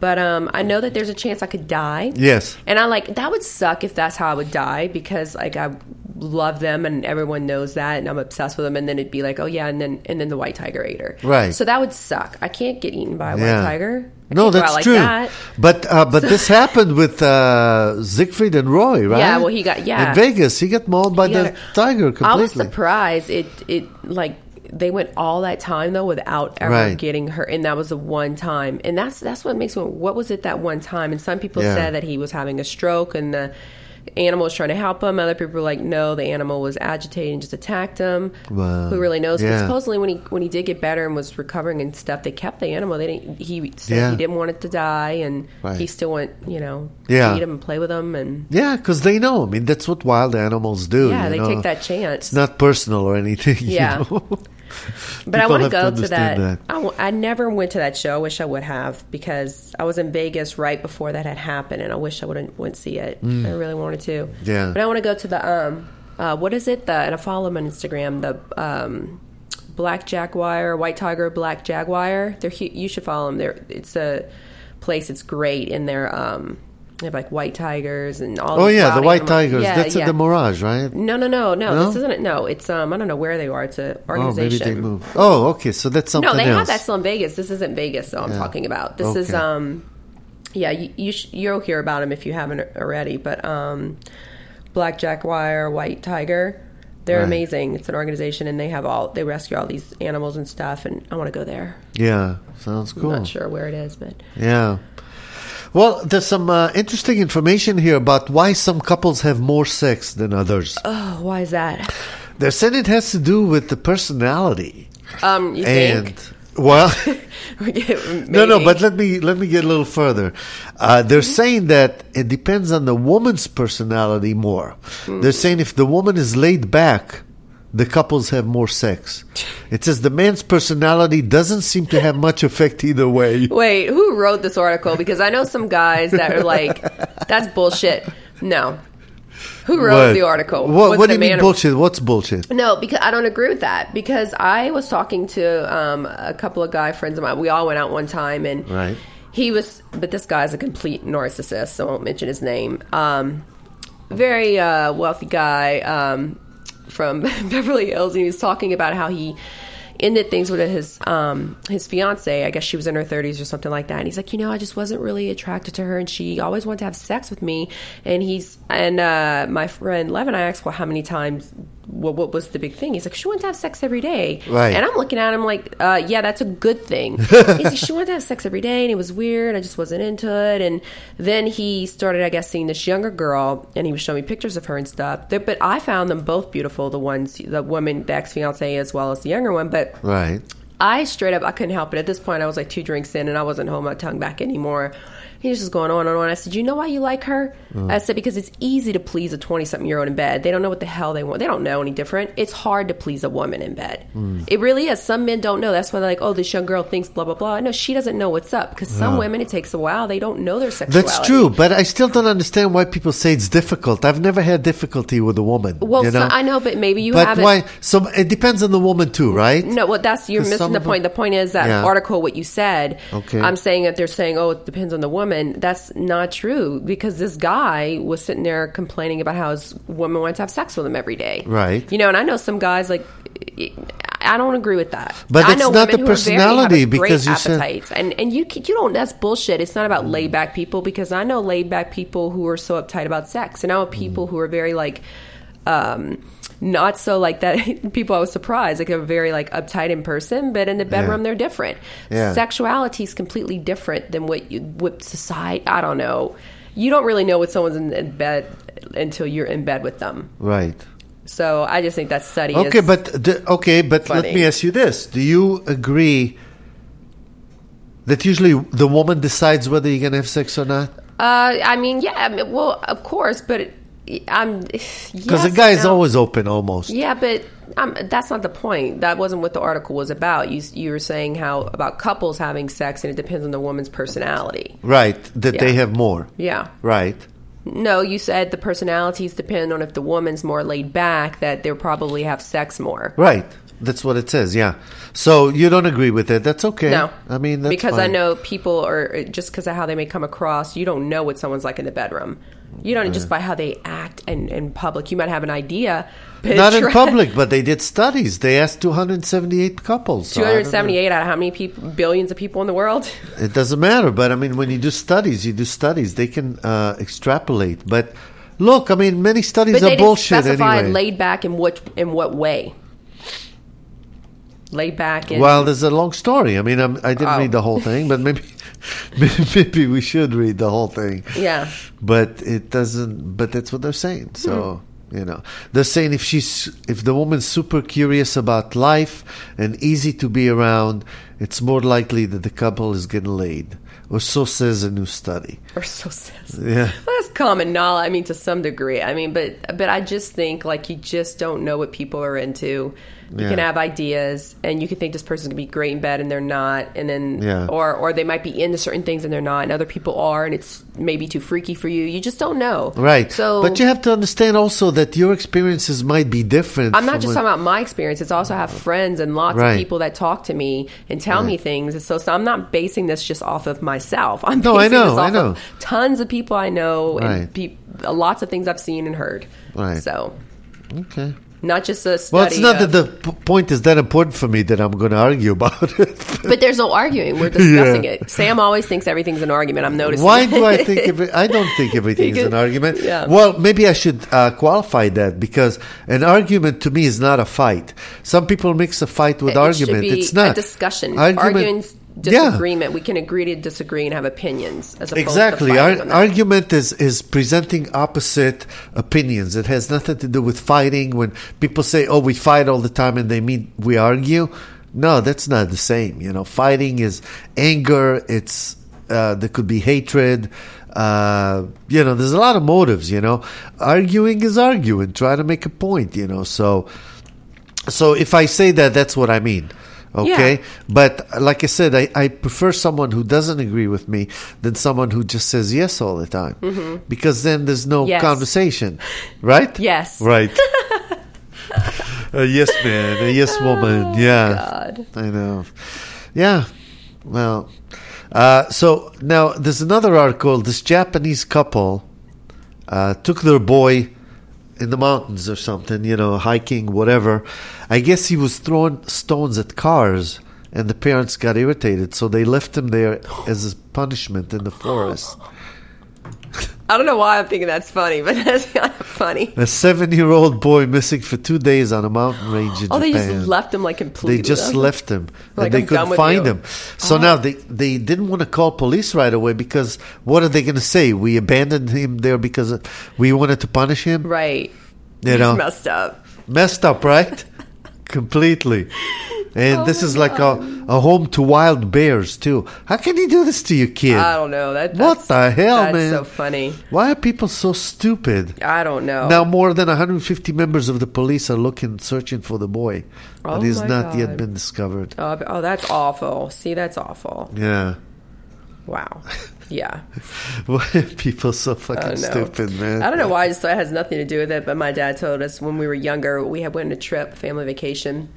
But um, I know that there's a chance I could die.
Yes.
And I like that would suck if that's how I would die because like I love them and everyone knows that and I'm obsessed with them and then it'd be like oh yeah and then and then the white tiger ate her.
Right.
So that would suck. I can't get eaten by a
Yeah.
white tiger.
No,
I can't go out
that's
like
true.
that.
But uh, but this happened with uh, Siegfried and Roy, right?
Yeah, well, he got- yeah.
in Vegas. He got mauled by
Yeah.
the tiger completely.
I was surprised it it like they went all that time though without ever
Right.
getting hurt, and that was the one time, and that's that's what makes me. What was it that one time? And some people
Yeah.
said that he was having a stroke, and the animal was trying to help him. Other people were like, no, the animal was agitated and just attacked him.
Wow.
Who really knows? But
Yeah.
supposedly when he when he did get better and was recovering and stuff, they kept the animal. They didn't. He said
Yeah.
he didn't want it to die, and
Right.
he still went. You know,
Yeah.
to eat him and play with him, and
Yeah, because they know. I mean, that's what wild animals do.
yeah,
you
they
know?
take that chance.
It's not personal or anything. you
Yeah.
know?
But I
People
want to
have to
go to that.
understand that.
I, w- I never went to that show. I wish I would have because I was in Vegas right before that had happened, and I wish I wouldn't went see it. I really wanted to.
Mm. Yeah.
But I want to go to the um, uh, what is it? The and I follow them on Instagram. The um, Black Jaguar, White Tiger, Black Jaguar. They're hu- you should follow them. They're it's a place. It's great, and they're um, they have like white tigers and all.
Oh
these
yeah, the
wild
white
animals.
tigers.
Yeah,
that's
yeah.
at the Mirage, right? Oh,
No, no, no, no,
No?
This isn't it. No, it's um, I don't know where they are. It's a
Oh, maybe
organization.
they move. Oh, okay. So that's something
No, they have
else.
that still in Vegas. This isn't Vegas though. I'm talking about this is
Okay.
um, yeah. You, you sh- you'll hear about them if you haven't already. But um, Black Jaguar, White Tiger, they're
Right.
amazing. It's an organization and they have all they rescue all these animals and stuff. And I want to go there.
yeah, sounds cool.
I'm not sure where it is, but
Yeah. Well, there's some uh, interesting information here about why some couples have more sex than others.
oh, why is that?
They're saying it has to do with the personality
Um, you
and
think?
well, no, no.
Maybe. Mm-hmm.
But let me let me get a little further. Uh, they're saying that it depends on the woman's personality more.
Hmm.
They're saying if the woman is laid back, the couples have more sex. It says the man's personality doesn't seem to have much effect either way.
Wait, who wrote this article? Because I know some guys that are like, that's bullshit. No. Who wrote
What?
the article?
What,
Was
what do
it a
you mean
man or-
bullshit? What's bullshit?
No, because I don't agree with that. Because I was talking to um, a couple of guy friends of mine. We all went out one time, and
Right.
he was, but this guy's a complete narcissist. So I won't mention his name. Um, very uh, wealthy guy um, from Beverly Hills, and he was talking about how he ended things with his um, his fiance. I guess she was in her 30s or something like that. And he's like, you know, I just wasn't really attracted to her, and she always wanted to have sex with me. And he's and uh, my friend Lev and I asked, well, how many times? What, what was the big thing? He's like, she wanted to have sex every day,
Right.
And I'm looking at him like, uh, yeah, that's a good thing. He's like, she wanted to have sex every day, and it was weird. I just wasn't into it. And then he started, I guess, seeing this younger girl, and he was showing me pictures of her and stuff. There- But I found them both beautiful, the ones, the woman, the ex fiance, as well as the younger one. But
Right.
I straight up, I couldn't help it. At this point, I was like two drinks in, and I wasn't holding my tongue back anymore. He was just going on and on. I said, "You know why you like her?"
Mm.
I said, "Because it's easy to please a twenty-something-year-old in bed. They don't know what the hell they want. They don't know any different. It's hard to please a woman in bed.
Mm.
It really is. Some men don't know. That's why they're like, oh, this young girl thinks blah blah blah. No, she doesn't know what's up. Because some women, it takes a while. They don't know their sexuality.
That's true, but I still don't understand why people say it's difficult. I've never had difficulty with a woman.
Well,
you
so-
know?
I know, but maybe you
But
haven't. Mm.
why? So it depends on the woman too, right?
No, well, that's you're
'Cause some
missing the
of
point.
them-
The point is that
Yeah.
article, what you said.
Okay.
I'm saying that they're saying, oh, it depends on the woman. That's not true because this guy was sitting there complaining about how his woman wanted to have sex with him every day.
Right.
You know, and I know some guys like. I don't agree with that.
But
I
it's
know
not
women
the
who are very-
personality
have a great
because you said-
appetites, and and you c- you don't. That's bullshit. It's not about
Mm.
laid back people because I know laid back people who are so uptight about sex, and I know
Mm.
people who are very like um, not so like that. People I was surprised, like they're very like uptight in person, but in the bedroom they're different.
Yeah.
Sexuality is completely different than what you, what society. I don't know. You don't really know what someone's in, in bed until you're in bed with them.
Right.
So I just think that study.
Okay,
is,
but the, okay, but let
funny.
me ask you this: Do you agree that usually the woman decides whether you're gonna have sex or not?
uh, I mean, yeah. I mean, well, of course, but it, I'm because
Because the guy is always open, almost.
Yeah, but um, that's not the point. That wasn't what the article was about. You you were saying how about couples having sex and it depends on the woman's personality.
Right. That they
Yeah.
have more.
Yeah.
Right.
No, you said the personalities depend on if the woman's more laid back that they'll probably have sex more.
Right. That's what it says. Yeah. So you don't agree with it. That's okay.
No,
I mean, that's
because I
fine.
know people are just because of how they may come across. You don't know what someone's like in the bedroom. You don't just by how they act and in public. You might have an idea. but
Not in
try-
public, but they did studies. They asked 278 couples. So I don't know.
278 out of how many people, billions of people in the world?
It doesn't matter, but I mean, when you do studies, you do studies. They can uh, extrapolate. But look, I mean, many studies
But they
are
didn't
bullshit
specify
anyway.
laid back in what in what way. Laid back in
Well, there's a long story. I mean, I'm, I didn't
Oh.
read the whole thing, but maybe maybe we should read the whole thing.
Yeah.
But it doesn't. But that's what they're saying. So
Hmm.
you know, they're saying if she's if the woman's super curious about life and easy to be around, it's more likely that the couple is getting laid, or so says a new study.
or so says.
Yeah.
Well, that's common knowledge. I mean, to some degree. I mean, but but I just think like you just don't know what people are into. You
Yeah.
can have ideas, and you can think this person's gonna be great in bed, and they're not, and then
Yeah.
or or they might be into certain things and they're not, and other people are, and it's maybe too freaky for you. You just don't know,
Right.
So,
but you have to understand also that your experiences might be different.
I'm not
from
just
what-
talking about my experience. It's also I have friends and lots
Right.
of people that talk to me and tell me things. And so, so I'm not basing this just off of myself. I'm
No, I
basing
know,
this
I
off
know.
of tons of people I know
Right.
and pe- lots of things I've seen and heard.
Right.
So
Okay.
not just a study.
Well, it's not that
of-
the p- point is that important for me that I'm going to argue about it.
but there's no arguing. We're discussing
Yeah.
it. Sam always thinks everything's an argument. I'm noticing.
Why do I think every, I don't think everything is
You
an
could-
argument?
yeah.
Well, maybe I should uh, qualify that because an argument to me is not a fight. Some people mix a fight with
It should
argument.
be
it's not
a discussion.
Argument-
Arguing's
Yeah.
disagreement. We can agree to disagree and have opinions. As opposed To
Exactly.
fighting
Ar-
on that.
argument is, is presenting opposite opinions. It has nothing to do with fighting. When people say, "Oh, we fight all the time," and they mean we argue, no, that's not the same. You know, fighting is anger. It's uh, there could be hatred. Uh, you know, there's a lot of motives. You know, arguing is arguing, trying to make a point. You know, so so if I say that, that's what I mean. Okay.
Yeah.
But like I said, I, I prefer someone who doesn't agree with me than someone who just says yes all the time. Because then there's no
Mm-hmm. Yes.
conversation. Right?
Yes.
Right. a yes man, a yes woman. Yeah.
Oh, God.
I know. Yeah. Well, uh, so now there's another article. This Japanese couple uh, took their boy in the mountains or something, you know, hiking, whatever. I guess he was throwing stones at cars, and the parents got irritated, so they left him there as a punishment in the forest.
I don't know why I'm thinking that's funny, but that's kind of funny.
A seven-year-old boy missing for two days on a mountain range in
Oh, they
Japan.
just left him like completely.
They just left him,
Like,
and they
I'm done
couldn't
with
find
you. Ah.
him. So now they they didn't want to call police right away because what are they going to say? We abandoned him there because we wanted to punish him.
Right.
You
He's
know,
messed up.
messed up, right? Completely. And
Oh
this
my
is like a, a home to wild bears too. How can you do this to your kid?
I don't know. That,
What
that's,
the hell,
that's
man?
so funny. Oh.
Why are people so stupid?
I don't know.
Now more than 150 members of the police are looking, searching for the boy, but
Oh
he's
my
not yet
God.
been discovered.
Oh, b- oh, that's awful. See, that's awful.
Yeah.
Wow. Yeah.
Why are people so
I
fucking
don't know.
stupid, man?
I don't know why. I just thought it has nothing to do with it. But my dad told us when we were younger, we had went on a trip, family vacation.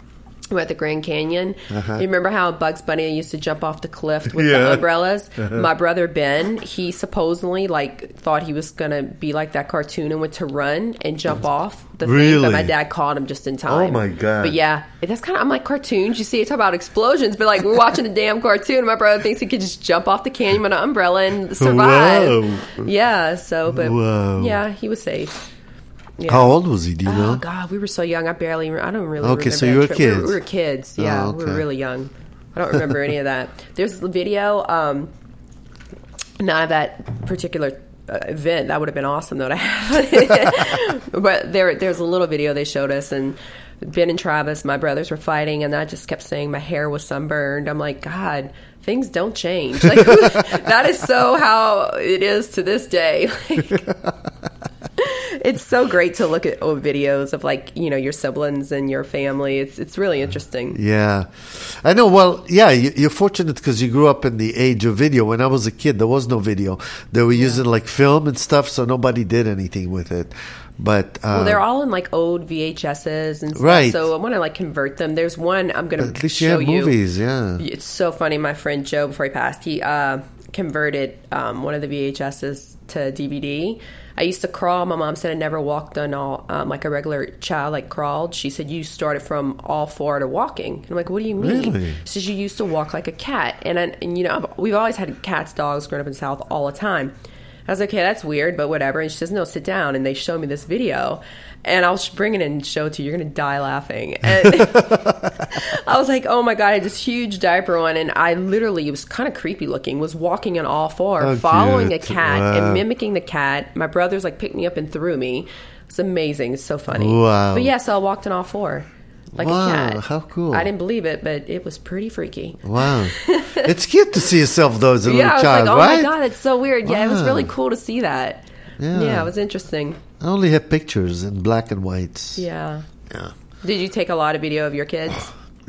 We went to the Grand Canyon. You remember how Bugs Bunny used to jump off the cliff with
Uh-huh. Yeah. Uh-huh.
the umbrellas? My brother Ben, he supposedly like thought he was gonna be like that cartoon and went to run and jump off the thing,
Really? Oh
but my dad caught him just in time.
my God.
But yeah, that's kind of I'm like cartoons. You see, it's about explosions, but like we're watching the damn cartoon. And my brother thinks he could just jump off the canyon with an umbrella and survive.
Whoa.
Yeah, so but
Whoa.
yeah, he was safe. Yeah.
How old was he? Do you
Oh
know?
God, we were so young. I barely. I don't really.
Okay,
remember
so
that
you were
trip. We
kids.
We were kids. Yeah,
Oh,
we
okay.
were really young. I don't remember any of that. There's the video. Um, not of that particular uh, event. That would have been awesome though to have. but there, there's a little video they showed us, and Ben and Travis, my brothers, were fighting, and I just kept saying my hair was sunburned. I'm like, God, things don't change. Like who- that is so how it is to this day. Like, it's so great to look at old videos of like you know your siblings and your family. It's it's really interesting.
Yeah, I know. Well, yeah, you, you're fortunate because you grew up in the age of video. When I was a kid, there was no video. They were using like film and stuff, so nobody did anything with it. But uh,
Well, they're all in like old VHSs and stuff.
Right.
So I want to like convert them. There's one I'm gonna
at least you
show
have movies. Yeah,
It's so funny. My friend Joe, before he passed, he uh, converted um, one of the VHSs to DVD. I used to crawl. My mom said I never walked on all um, like a regular child, like crawled. She said you started from all four to walking. I'm like, what do you mean?
Really?
She says you used to walk like a cat, and I, and you know I've, we've always had cats, dogs growing up in the South all the time. I was like, okay, that's weird, but whatever. And she says, no, sit down. And they show me this video, and I'll sh- bring it in and show it to you. You're gonna die laughing. And I was like, oh my god, I had this huge diaper on, and I literally it was kind of creepy looking. Was walking on all four,
Oh,
following
cute.
a cat
Wow.
and mimicking the cat. My brothers like picked me up and threw me. It's amazing. It's so funny.
Wow.
But yeah, so I walked on all four. Like
Wow,
a cat.
how cool.
I didn't believe it, but it was pretty freaky.
wow, it's cute to see yourself though as a
yeah, I
little
was
child,
like, oh
right?
my god, it's so weird. Yeah, it was
Wow.
really cool to see that.
Yeah.
it was interesting.
I only have pictures in black and whites.
Yeah.
Yeah.
Did you take a lot of video of your kids?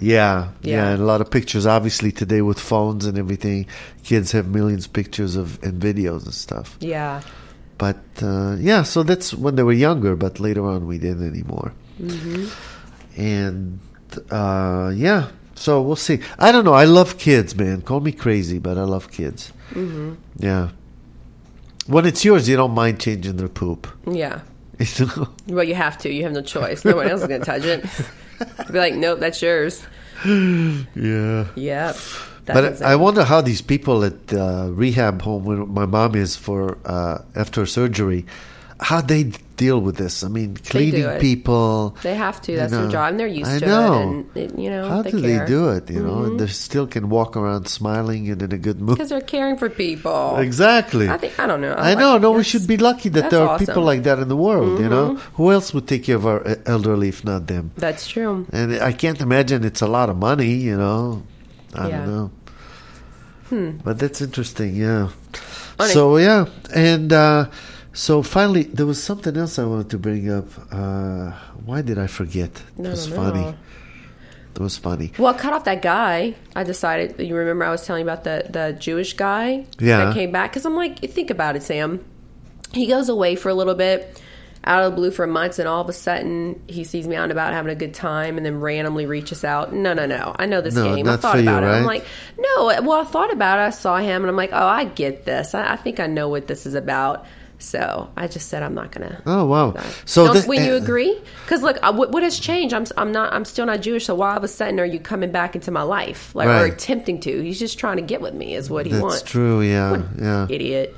Yeah, yeah,
Yeah.
and a lot of pictures. Obviously, today with phones and everything, kids have millions of pictures of and videos and stuff.
Yeah.
But uh, yeah, so that's when they were younger. But later on, we didn't anymore. Mm-hmm. And uh, yeah, so we'll see. I don't know. I love kids, man. Call me crazy, but I love kids. Mm-hmm. Yeah. When it's yours, you don't mind changing their poop.
Yeah.
You know?
Well, you have to. You have no choice. No one else is going to touch it. Be like, nope, that's yours.
yeah.
Yep. That
But
is it.
I wonder how these people at uh, rehab home, where my mom is for uh, after surgery, how they d- deal with this. I mean, cleaning
it.
people.
They have to.
you
That's their
know.
job, and they're used
I
to
know.
it. And it, you know,
how
they
do
care. Mm-hmm.
they do it? You know, and they still can walk around smiling and in a good mood.
Because they're caring for people.
Exactly.
I think I don't know.
I
I'm
know.
like,
No, we
that's-
should be lucky that
that's
there are people
awesome. Mm-hmm.
like that in the world. You know, who else would take care of our uh, elderly if not them?
That's true.
And I can't imagine it's a lot of money, you know. I
Yeah. Hmm.
don't know. But that's interesting, yeah.
On a-
So yeah, and uh, so finally, there was something else I wanted to bring up. Uh, why did I forget? It
I
was
don't
funny.
know.
It was funny.
Well, cut off that guy. I decided. You remember I was telling you about the the Jewish guy
Yeah.
that came back because I'm like, think about it, Sam. He goes away for a little bit, out of the blue for months, and all of a sudden he sees me out and about having a good time, and then randomly reaches out. No, no, no. I know this
No,
game. I
not
thought
for you,
about it. I'm
right?
like, no. Well, I thought about it. I saw him, and I'm like, oh, I get this. I, I think I know what this is about. So I just said I'm not gonna.
Oh wow!
Right.
So
Don't-
this-
when you
uh,
agree, because look, I, what, what has changed? I'm s- I'm not I'm still not Jewish. So why all of a sudden are you coming back into my life, like or
Right.
attempting to? He's just trying to get with me, is what he
that's
wants.
true. Yeah, yeah.
Idiot.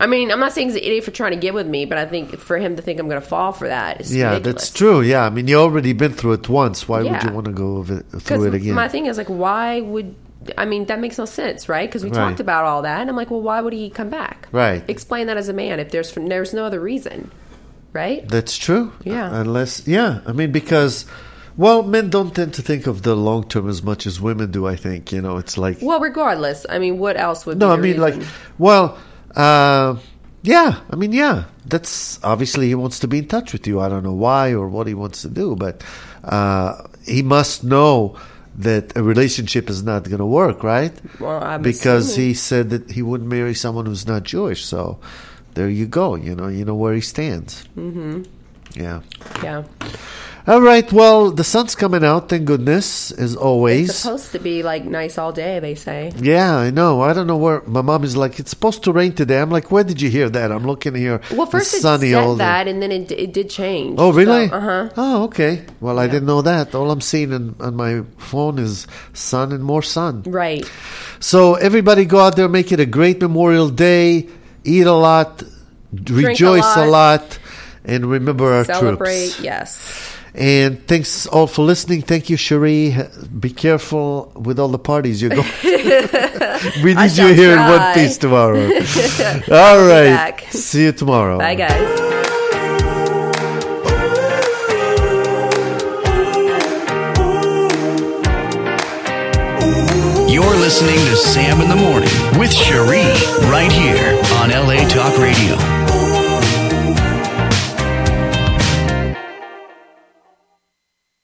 I mean, I'm not saying he's an idiot for trying to get with me, but I think for him to think I'm going to fall for that is
Yeah,
ridiculous.
that's true. Yeah, I mean, you already been through it once. Why would
Yeah.
you want to go over, through it
Because
again?
my thing is like, why would I mean that makes no sense, right? Because we
Right.
talked about all that, and I'm like, well, why would he come back?
Right.
Explain that as a man if there's there's no other reason, right?
That's true.
Yeah.
Uh, Unless, yeah, I mean, because, well, men don't tend to think of the long term as much as women do. I think you know, it's like
Well, regardless, I mean, what else would?
no,
be
I
the
mean, like,
reason?
well, uh, yeah, I mean, yeah, that's obviously he wants to be in touch with you. I don't know why or what he wants to do, but uh, he must know that a relationship is not going to work, right?
Well, I'm
because
assuming.
he said that he wouldn't marry someone who's not Jewish. So there you go. You know, you know where he stands. Mm-hmm. Yeah.
yeah,
All right. Well, the sun's coming out. Thank goodness, as
it's
always.
supposed to be like nice all day. They say.
Yeah, I know. I don't know where my mom is. Like, it's supposed to rain today. I'm like, where did you hear that? I'm looking here.
Well,
It's
first it
all
said
day.
that, and then it, it did change.
Oh, really?
uh huh.
Oh, okay. Well, I didn't know that. All I'm seeing in, on my phone is sun and more sun.
Right.
So everybody, go out there, make it a great Memorial Day. Eat a lot, rejoice a
lot.
lot, and remember our
Celebrate.
troops.
Yes.
And thanks all for listening. Thank you, Cherie. Be careful with all the parties you're going. to. we need you
shall
here in one
try.
piece tomorrow. all right.
back.
See you tomorrow.
Bye, guys.
You're listening to Sam in the Morning with Cherie right here on LA Talk Radio.